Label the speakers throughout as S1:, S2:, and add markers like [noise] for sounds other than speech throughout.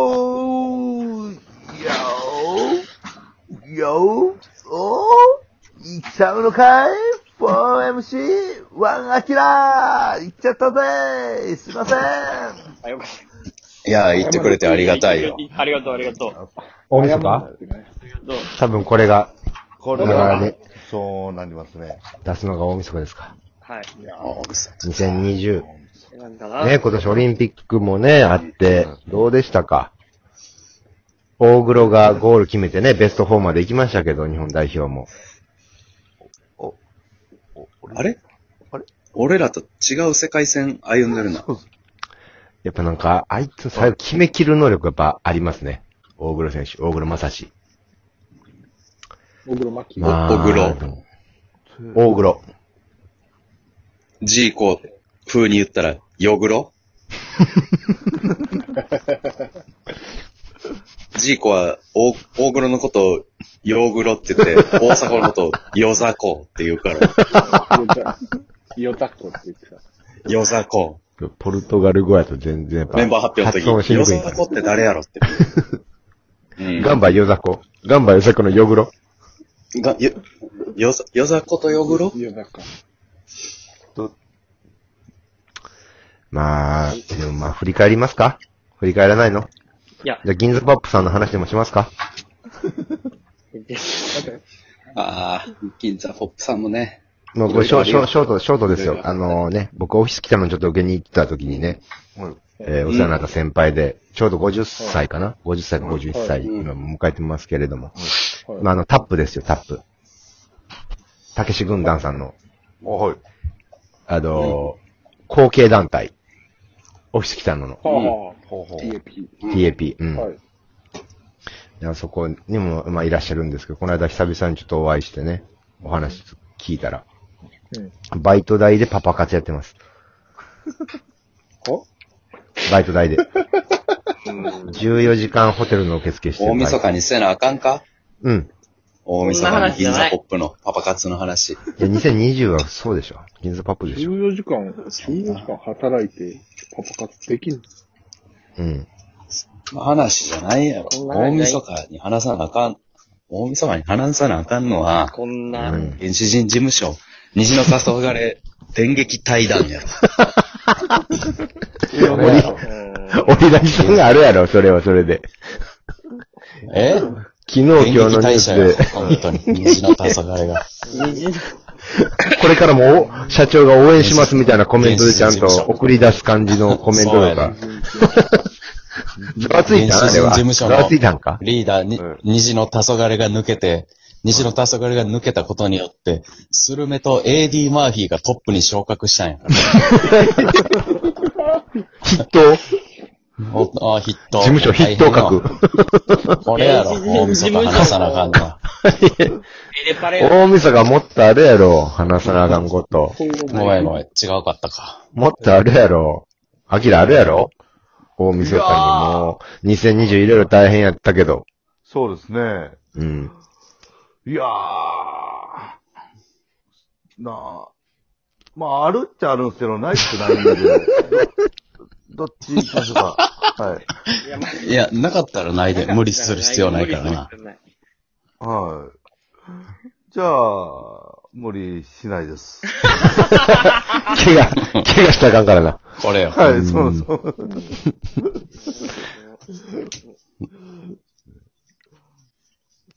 S1: Whoa, yo, yo, oh, 行っちゃうのかい ?4MC1 アキラ行っちゃったぜすいません
S2: あ、よかっ
S3: いやー、言ってくれてありが
S2: た。
S3: たいよ。。
S2: ありがとう、ありがとう。
S4: 大晦日
S2: どう
S4: 多分これが、
S1: こ
S4: れはね、
S1: そうなりますね。
S4: 出すのが大晦日ですか。
S2: はい。
S3: 大晦日
S4: 2020。
S2: なんかな。
S4: ね、今年オリンピックもね、あって、どうでしたか大黒がゴール決めてね、ベスト4まで行きましたけど、日本代表も。
S3: あれ
S1: あれ
S3: 俺らと違う世界線歩んでるな。
S4: やっぱなんか、あいつ最後決めきる能力やっぱありますね。大黒選手、大黒正史。
S5: 大黒摩季。
S4: まあ
S3: 大黒。
S4: 大黒。
S3: ジーコ風に言ったら、ヨグ
S5: [laughs]
S3: ロジーコは、お大黒のことを、ヨーグロって言って、大阪のことを、ヨザコって言うから、
S5: ヨタコって言ってた。
S3: ヨザコ。
S4: ポルトガル語やと全然やっぱ
S3: メンバー発表の時、
S4: 発音しに
S3: ヨ
S4: くい
S3: ザ
S4: から
S3: コって誰やろって。うん
S4: ガンバヨザコ。ガンバヨザコのヨグロ。
S3: が、よ、よざ、よざことよぐろ
S5: ヨタコ。
S4: まあ、でもまあ、振り返りますか振り返らないの
S2: いや、
S4: じゃあ、銀座パップさんの話でもしますか
S3: ああ、銀座ポップさんもね。
S4: もうこれショショショート、ショートですよ。あのね、僕オフィス来たのちょっと受けに行ってた時にね、えーお世話になった先輩で、ちょうど50歳かな ?50 歳か51歳、
S3: うん
S4: 今迎えてますけれども。
S5: はい
S4: まあ、あの、タップですよ、タップ。たけし軍団さんの、
S1: はい。
S4: あのー、後継団体。オフィス来たのの、
S5: は
S1: ほうほ
S5: あ、TAP。
S4: TAP。うん。
S5: はい。
S4: いやそこにも、まあ、いらっしゃるんですけど、この間久々にちょっとお会いしてね、お話聞いたら、
S5: うん。
S4: バイト代でパパ活やってます。
S5: お
S4: バイト代で。14時間ホテルの受付して
S3: 大晦日
S4: に。
S3: にせなあかんか
S4: うん。
S3: 大晦
S2: そんな
S3: 日
S2: 話
S3: に
S2: じゃ
S3: 銀
S2: ない
S3: 座ポップのパパ活の
S4: い
S3: 話。
S4: や、2020はそうでしょ。銀座パップでしょ。
S5: 14時間、14時間働いて、パパ活できんの
S4: うん。
S3: 話じゃないやろ。
S2: そんな話
S3: 大晦日に話さなあかん。大晦日に話さなあかんのは、
S2: こん
S4: う
S2: な、
S4: ん。
S3: 原始人事務所、西の誘われ、電撃対談やろ。
S4: [laughs] 俺だけさんがあるやろ、それはそれで。
S3: え
S4: 昨日、
S3: 電
S4: 今日の
S3: 撃
S4: ニュー
S3: 退
S4: ス
S3: 社や
S4: で、
S3: ろ。本当に。西の誘われが。
S4: これからもお社長が応援しますみたいなコメントでちゃんと
S3: 原始人事務所
S4: 送り出す感じのコメントとか。ざわついたんあれは。
S3: 原始人事務
S4: ざ
S3: 所の
S4: わついたんか
S3: リーダーに、西の黄昏が抜けて、西の黄昏が抜けたことによって、スルメと AD マーフィーがトップに昇格したんやから。
S4: 筆頭事
S3: おあ、筆頭。
S4: 務所筆頭格。
S3: これやろ、大晦日話さなあかんのは。
S2: エレパレ、
S4: 大晦日もっとあるやろ。話さなあかんこと。
S3: ごめんごめん、違うかったか。
S4: もっとあるやろ。アキラあるやろ大晦日にもう、2020いろいろ大変やったけど。
S1: そうですね。
S4: うん。
S1: いやー。なあ。まあ、あるっちゃあるんですけど、ないってないんで。どどっち行きましょうか。はい。
S3: いや、なかったらないで、無理する必要ないからな。。
S1: はい。じゃあ、無理しないです。
S4: 怪我、怪我したらあかんからな。
S3: これよ。
S1: はい、そうそう。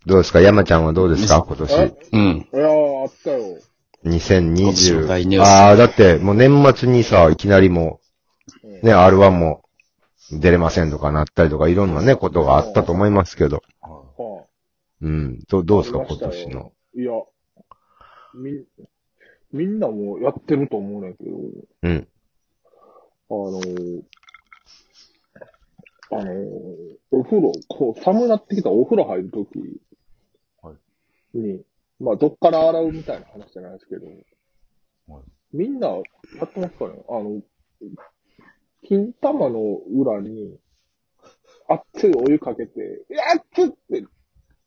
S4: どうですか山ちゃんはどうですか今
S5: え
S4: 年。
S3: うん。
S5: いやー、あったよ。
S3: 今年の大ニュ
S4: 2020。
S3: ース
S4: ああ、だってもう年末にさ、いきなりもう、ね、R1 も出れませんとかなったりとか、いろんなね、ことがあったと思いますけど。
S5: はあ、
S4: うん。どう、どうですか
S5: ありま
S4: 今
S5: したよ
S4: 年の。
S5: いや、みん、みんなもやってると思うねんけど、
S4: うん。
S5: あのー、あのー、お風呂、こう、寒なってきたらお風呂入るとき
S1: はい
S5: に、まあ、どっから洗うみたいな話じゃないですけど
S1: はい、
S5: みんなやってますかねあの、金玉の裏に、熱いお湯かけて、いやっつって、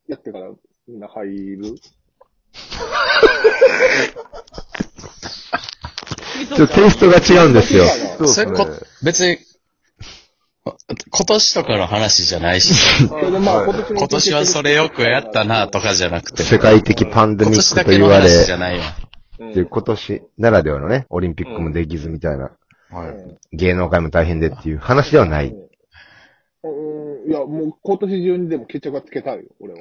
S5: やってからみんな入る。
S4: ちょっとテイストが違うんですよ。
S5: そう
S1: です
S3: それこ
S1: ね。
S3: 別に、今年とかの話じゃないし、 [laughs]
S5: それでまあ今年の
S3: 今年はそれよくやったなとかじゃなくて、
S4: 世界的パンデ
S3: 今
S4: ミ
S3: 年
S4: ック
S3: だ
S4: と
S3: け
S4: 言
S3: の
S4: われ、
S3: 話じゃないよ。
S5: うん
S4: で今年ならではのね、オリンピックもできずみたいな、
S1: はい。
S4: 芸能界も大変でっていう話ではない。
S5: うんうんいや、もう今年中にでも決着はつけたいよ、俺
S3: [laughs]
S2: い
S5: は。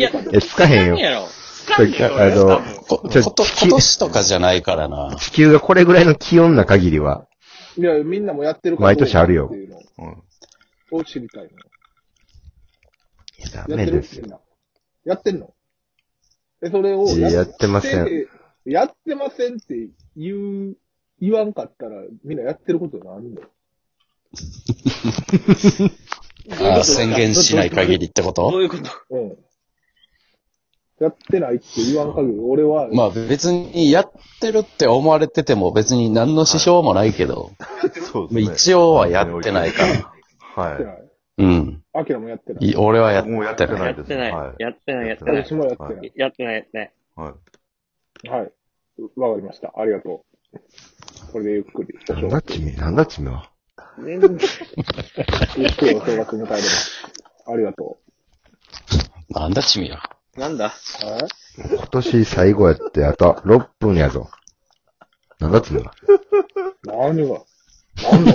S2: や、
S4: え、つかへん
S2: い
S4: よ。
S2: やろ。つかんねえよ
S4: あの
S2: 多分
S3: こ
S4: ちょ
S3: こと
S4: 地球
S3: 今年とかじゃないからな。
S4: 地球がこれぐらいの気温な限りは、
S5: いや、みんなもやってるから。
S4: 毎年あるよ
S5: っていうの
S1: うん。
S5: を知りたい
S4: ダ
S5: の。やっ
S4: メ
S5: てる
S4: です
S5: みん
S4: よ。
S5: なやってんのえ、それを
S4: いややってません。
S5: やってませんって言う、言わんかったら、みんなやってることがあ
S3: [laughs]
S5: るんだよ。
S3: ああ宣言しない限りってこ
S2: ど
S3: と
S2: ういうこと
S5: うん。やってないって言わん限り、俺は、
S3: まあ別にやってるって思われてても別に何の支障もないけど、
S1: そう
S3: まあ
S1: ですね。
S3: 一応はやってないから。
S5: や
S1: は
S5: って
S1: い。
S5: ない。
S3: うん。
S5: アキラもやってない。
S3: い俺はやっ
S1: もうやってな
S2: や
S1: い
S2: っ
S1: です。
S2: てない
S1: は。
S2: やってない、やってない
S5: 私。もやってない。
S1: は
S2: やってない、やってない。
S1: はい。
S5: はい。わかりました。ありがとう。これでゆっくり。
S4: なんだちめ、なんだちめは。
S2: 全然
S5: ゆっくりお正月迎えれます。ありがと
S3: なんだちみや。
S2: なんだ
S5: う。はい。
S4: 今年最後やって、あと6分やぞ。なんだちめは。
S5: 何が何だ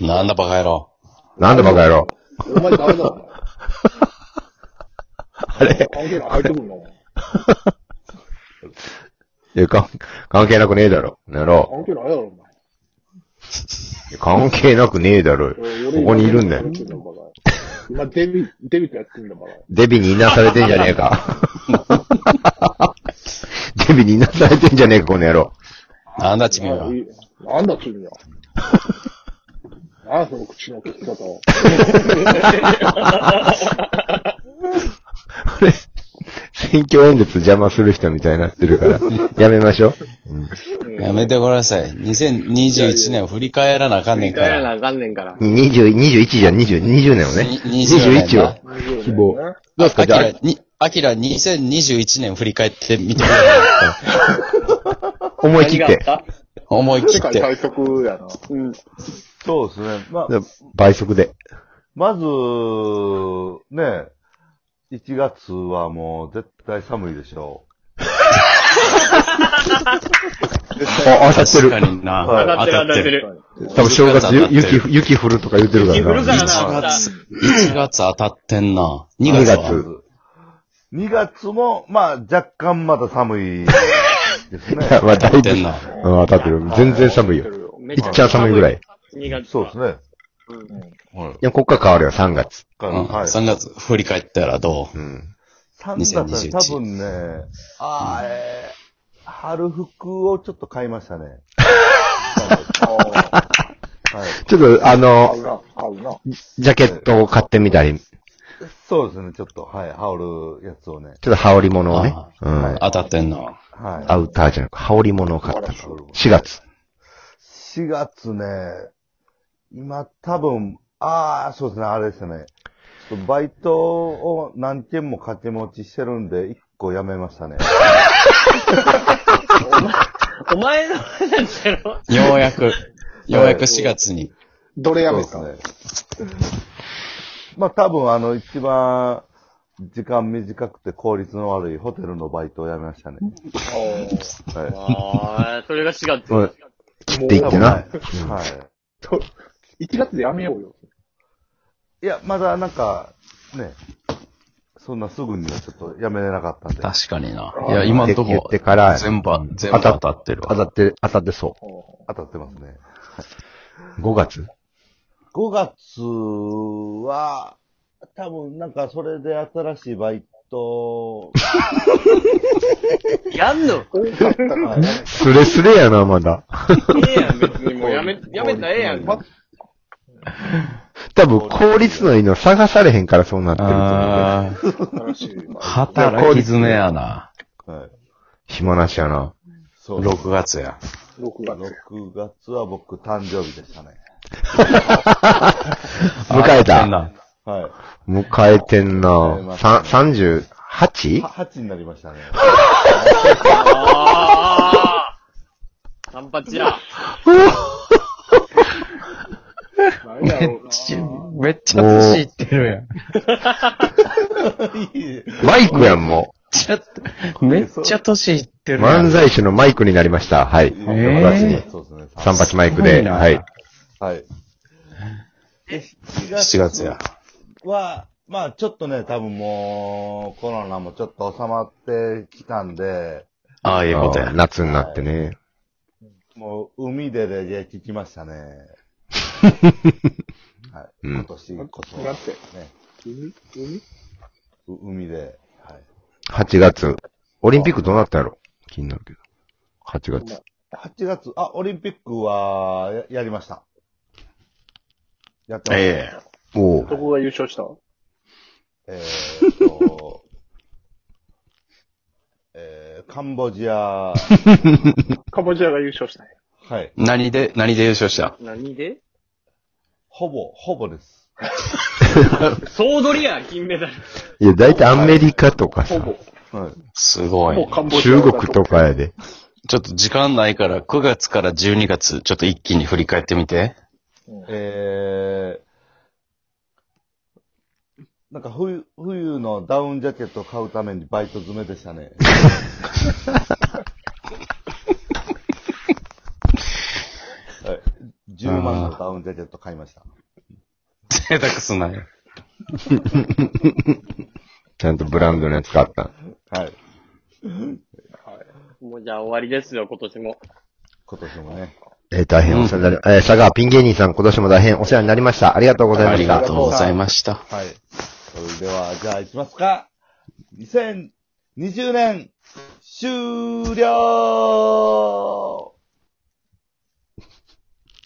S3: なんだバカ野郎。
S4: なんだバカ野郎。
S5: お前誰だお前。
S4: あれ
S5: 関係ない。入ってくんの
S4: いや、か関係なくねえだろ。なろ。
S5: 関係ないやろ、
S4: いや関係なくねえだろ。
S5: お前。俺
S4: ここにいるんだよ。
S5: 今デビ、デビとやってんだから。
S4: デビにいなされてんじゃねえか。デビにいなされてんじゃねえか、この野郎。
S3: なんだちみは。
S5: なんだ君は。なんだその口の利き方は。
S4: あれ選挙演説邪魔する人みたいになってるから、やめましょう。うん
S3: やめてください。2021年を振り返らなあかんねんか
S2: やらな
S3: ら。
S2: あかんねんから。
S4: 20 21じゃん、20、20年をね。
S3: 20
S4: 21を。希望。どうです
S3: あ
S4: か、
S3: き
S4: じゃ
S3: ら
S4: あ、、
S3: に、あきら2021年振り返ってみてください。
S4: 思い切っ
S2: 何
S4: て。
S2: があった
S3: 思い
S5: 世
S3: 切っ
S5: 界
S3: て。
S5: 最速やな。
S2: うん。
S1: そうですね。まあ、
S4: 倍速で。
S1: まず、ね、1月はもう絶対寒いでしょ
S4: あ、当たって
S3: 確
S4: る。
S3: かにな。
S1: はい
S2: 当たってる当たってる。
S4: 多分正月、ゆ
S3: 当たってる
S4: 雪、雪降るとか言ってるか
S2: 雪降
S4: ら
S2: るか
S4: な。
S2: らな、
S3: 1
S2: また。
S3: 月、1月当たってんな。2
S1: う。
S4: 二
S3: 月
S4: 月。
S1: ま
S3: は。
S1: ず2月も、まあ、若干まだ寒いですね [laughs]
S4: まあ、だ
S3: 当た
S4: い
S3: って
S4: ぶ、うん
S3: んな。
S4: 当たってる。全然寒いよ。
S2: め
S4: いっちゃ寒いぐらい。い。
S2: 2月。
S1: そうです
S2: ね。
S1: ね。
S2: うん
S1: はい。
S4: や、こっから変わるよ、3月。
S1: か
S3: う
S1: ら
S3: ん
S1: はい。
S3: 3月振り返ったらど
S4: うん。
S1: 3月はね
S3: 2021
S1: 多分ね、あーえー、春服をちょっと買いま
S5: [laughs]
S1: したね。
S5: あ
S1: はい。
S4: ちょっと、あ
S5: あ、買
S4: の
S5: う、な、買うな。
S4: ジャケットを買ってみたり、
S1: そうですね、ちょっと、はい、羽織るやつをね。
S4: ちょっと羽織物をね
S3: あ。
S4: う。
S3: うん当たってんな。
S1: はい。
S4: アウターじゃなく、羽織物を買った。
S1: 羽織物
S4: 4月。
S1: 4月ね、今多分、ああ、そうですね、あれですね。バイトを何件も掛け持ちしてるんで、1個やめましたね。
S2: お前の話やろ
S3: ようやく、ようやく4月に。
S5: ど [laughs] れやめた
S1: そうですね。まあ多分、あの、一番、時間短くて効率の悪いホテルのバイトをやめましたね。はい。
S2: ああ、それが4月。
S4: うん切っていってな。
S1: はい。
S5: 1月でやめようよ。
S1: いや、まだなんか、ね、そんなすぐにはちょっとやめれなかったんで。
S3: 確かにな。
S5: あ
S3: いや、今んと
S4: 言っ
S3: こ
S4: て、から、
S3: 全部、全
S4: 当
S3: 部
S4: たっ
S3: 当たってる
S4: 当
S3: わ。
S4: たって、当たってそ
S1: 当たってますね。
S4: う。5月
S1: 5月は、多分なんかそれで新しいバイト、
S2: やんの
S5: 多かったからね。
S4: スレスレやな、まだ。
S2: ええやん、別にもうやめ、やめたらええやん。
S1: ま
S4: 多分、効率のいいの探されへんからそうなってると思う
S3: あー
S5: 新しい。
S3: 働き詰めやな。
S1: はい。
S4: 暇なしやな。
S1: そうです。
S3: 6月や。
S5: 6月。
S1: 6月は僕誕生日でしたね。
S4: 迎えた
S3: 当ってんな
S1: はい。
S4: 迎えてん
S1: えま
S4: な。
S1: す
S4: さん 38?
S1: は8になりましたね。
S2: ああ。三八や。
S5: ないだろうな。
S6: めっちゃ寿司行ってるやん。
S4: マイクやん、も
S6: ちょっと、めっちゃ年いって
S4: う。
S6: るやん。
S4: 漫才師のマイクになりました。はい。
S1: え
S6: ー
S4: 5月に。
S1: そうですね。
S4: 三発マイク
S6: すご
S4: で。
S6: いな
S4: はい。
S1: はい。
S3: 7月や。
S1: は、まあちょっとね、多分もう、コロナもちょっと収まってきたんで、
S3: ああ、いいこと
S4: あ
S3: や
S4: ー。夏になってね。
S1: もう海でレゲエ聞きましたね。はい。
S4: うん
S1: 今年こそ、ね
S5: だ、って、海海
S1: う海で、はい。
S4: 8月。オリンピックどうなったやろ気になるけど。8月。
S1: 8月、あ、オリンピックはや、やりました。やってました。
S3: え
S4: お
S5: ど
S4: う
S5: こが優勝した
S1: えーっと、えー、カンボジア、
S5: [laughs] カンボジアが優勝したんや
S1: はい。
S3: 何で、何で優勝した
S2: 何で
S1: ほぼ、ほぼです。
S2: 総取りや、金メダル。
S4: いや、だいたいアメリカとか
S5: ほ
S4: さ、
S5: ぼ、
S1: はい。
S3: すごい
S5: ほぼ。カンボジア
S4: 中
S5: が
S4: 国とかやで。
S3: ちょっと時間ないから、9月から12月、ちょっと一気に振り返ってみて。
S1: えー、なんか冬、冬のダウンジャケットを買うためにバイト詰めでしたね。はい10万のダウンジャケット買いました。
S3: 贅沢すなよ。
S4: ちゃんとブランドのやつ買った。
S1: はい。
S2: もうじゃあ終わりですよ、今年も。
S1: 今年もね。
S4: えー大変お世話になり、えー佐川ピン芸人さん、今年も大変お世話になりました。ありがとうござい
S3: あ
S4: ま
S3: り
S4: し
S3: が
S4: た。
S3: とうございました。
S1: はい。それでは、じゃあ行きますか。2020年、終了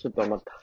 S2: ちょっと待った。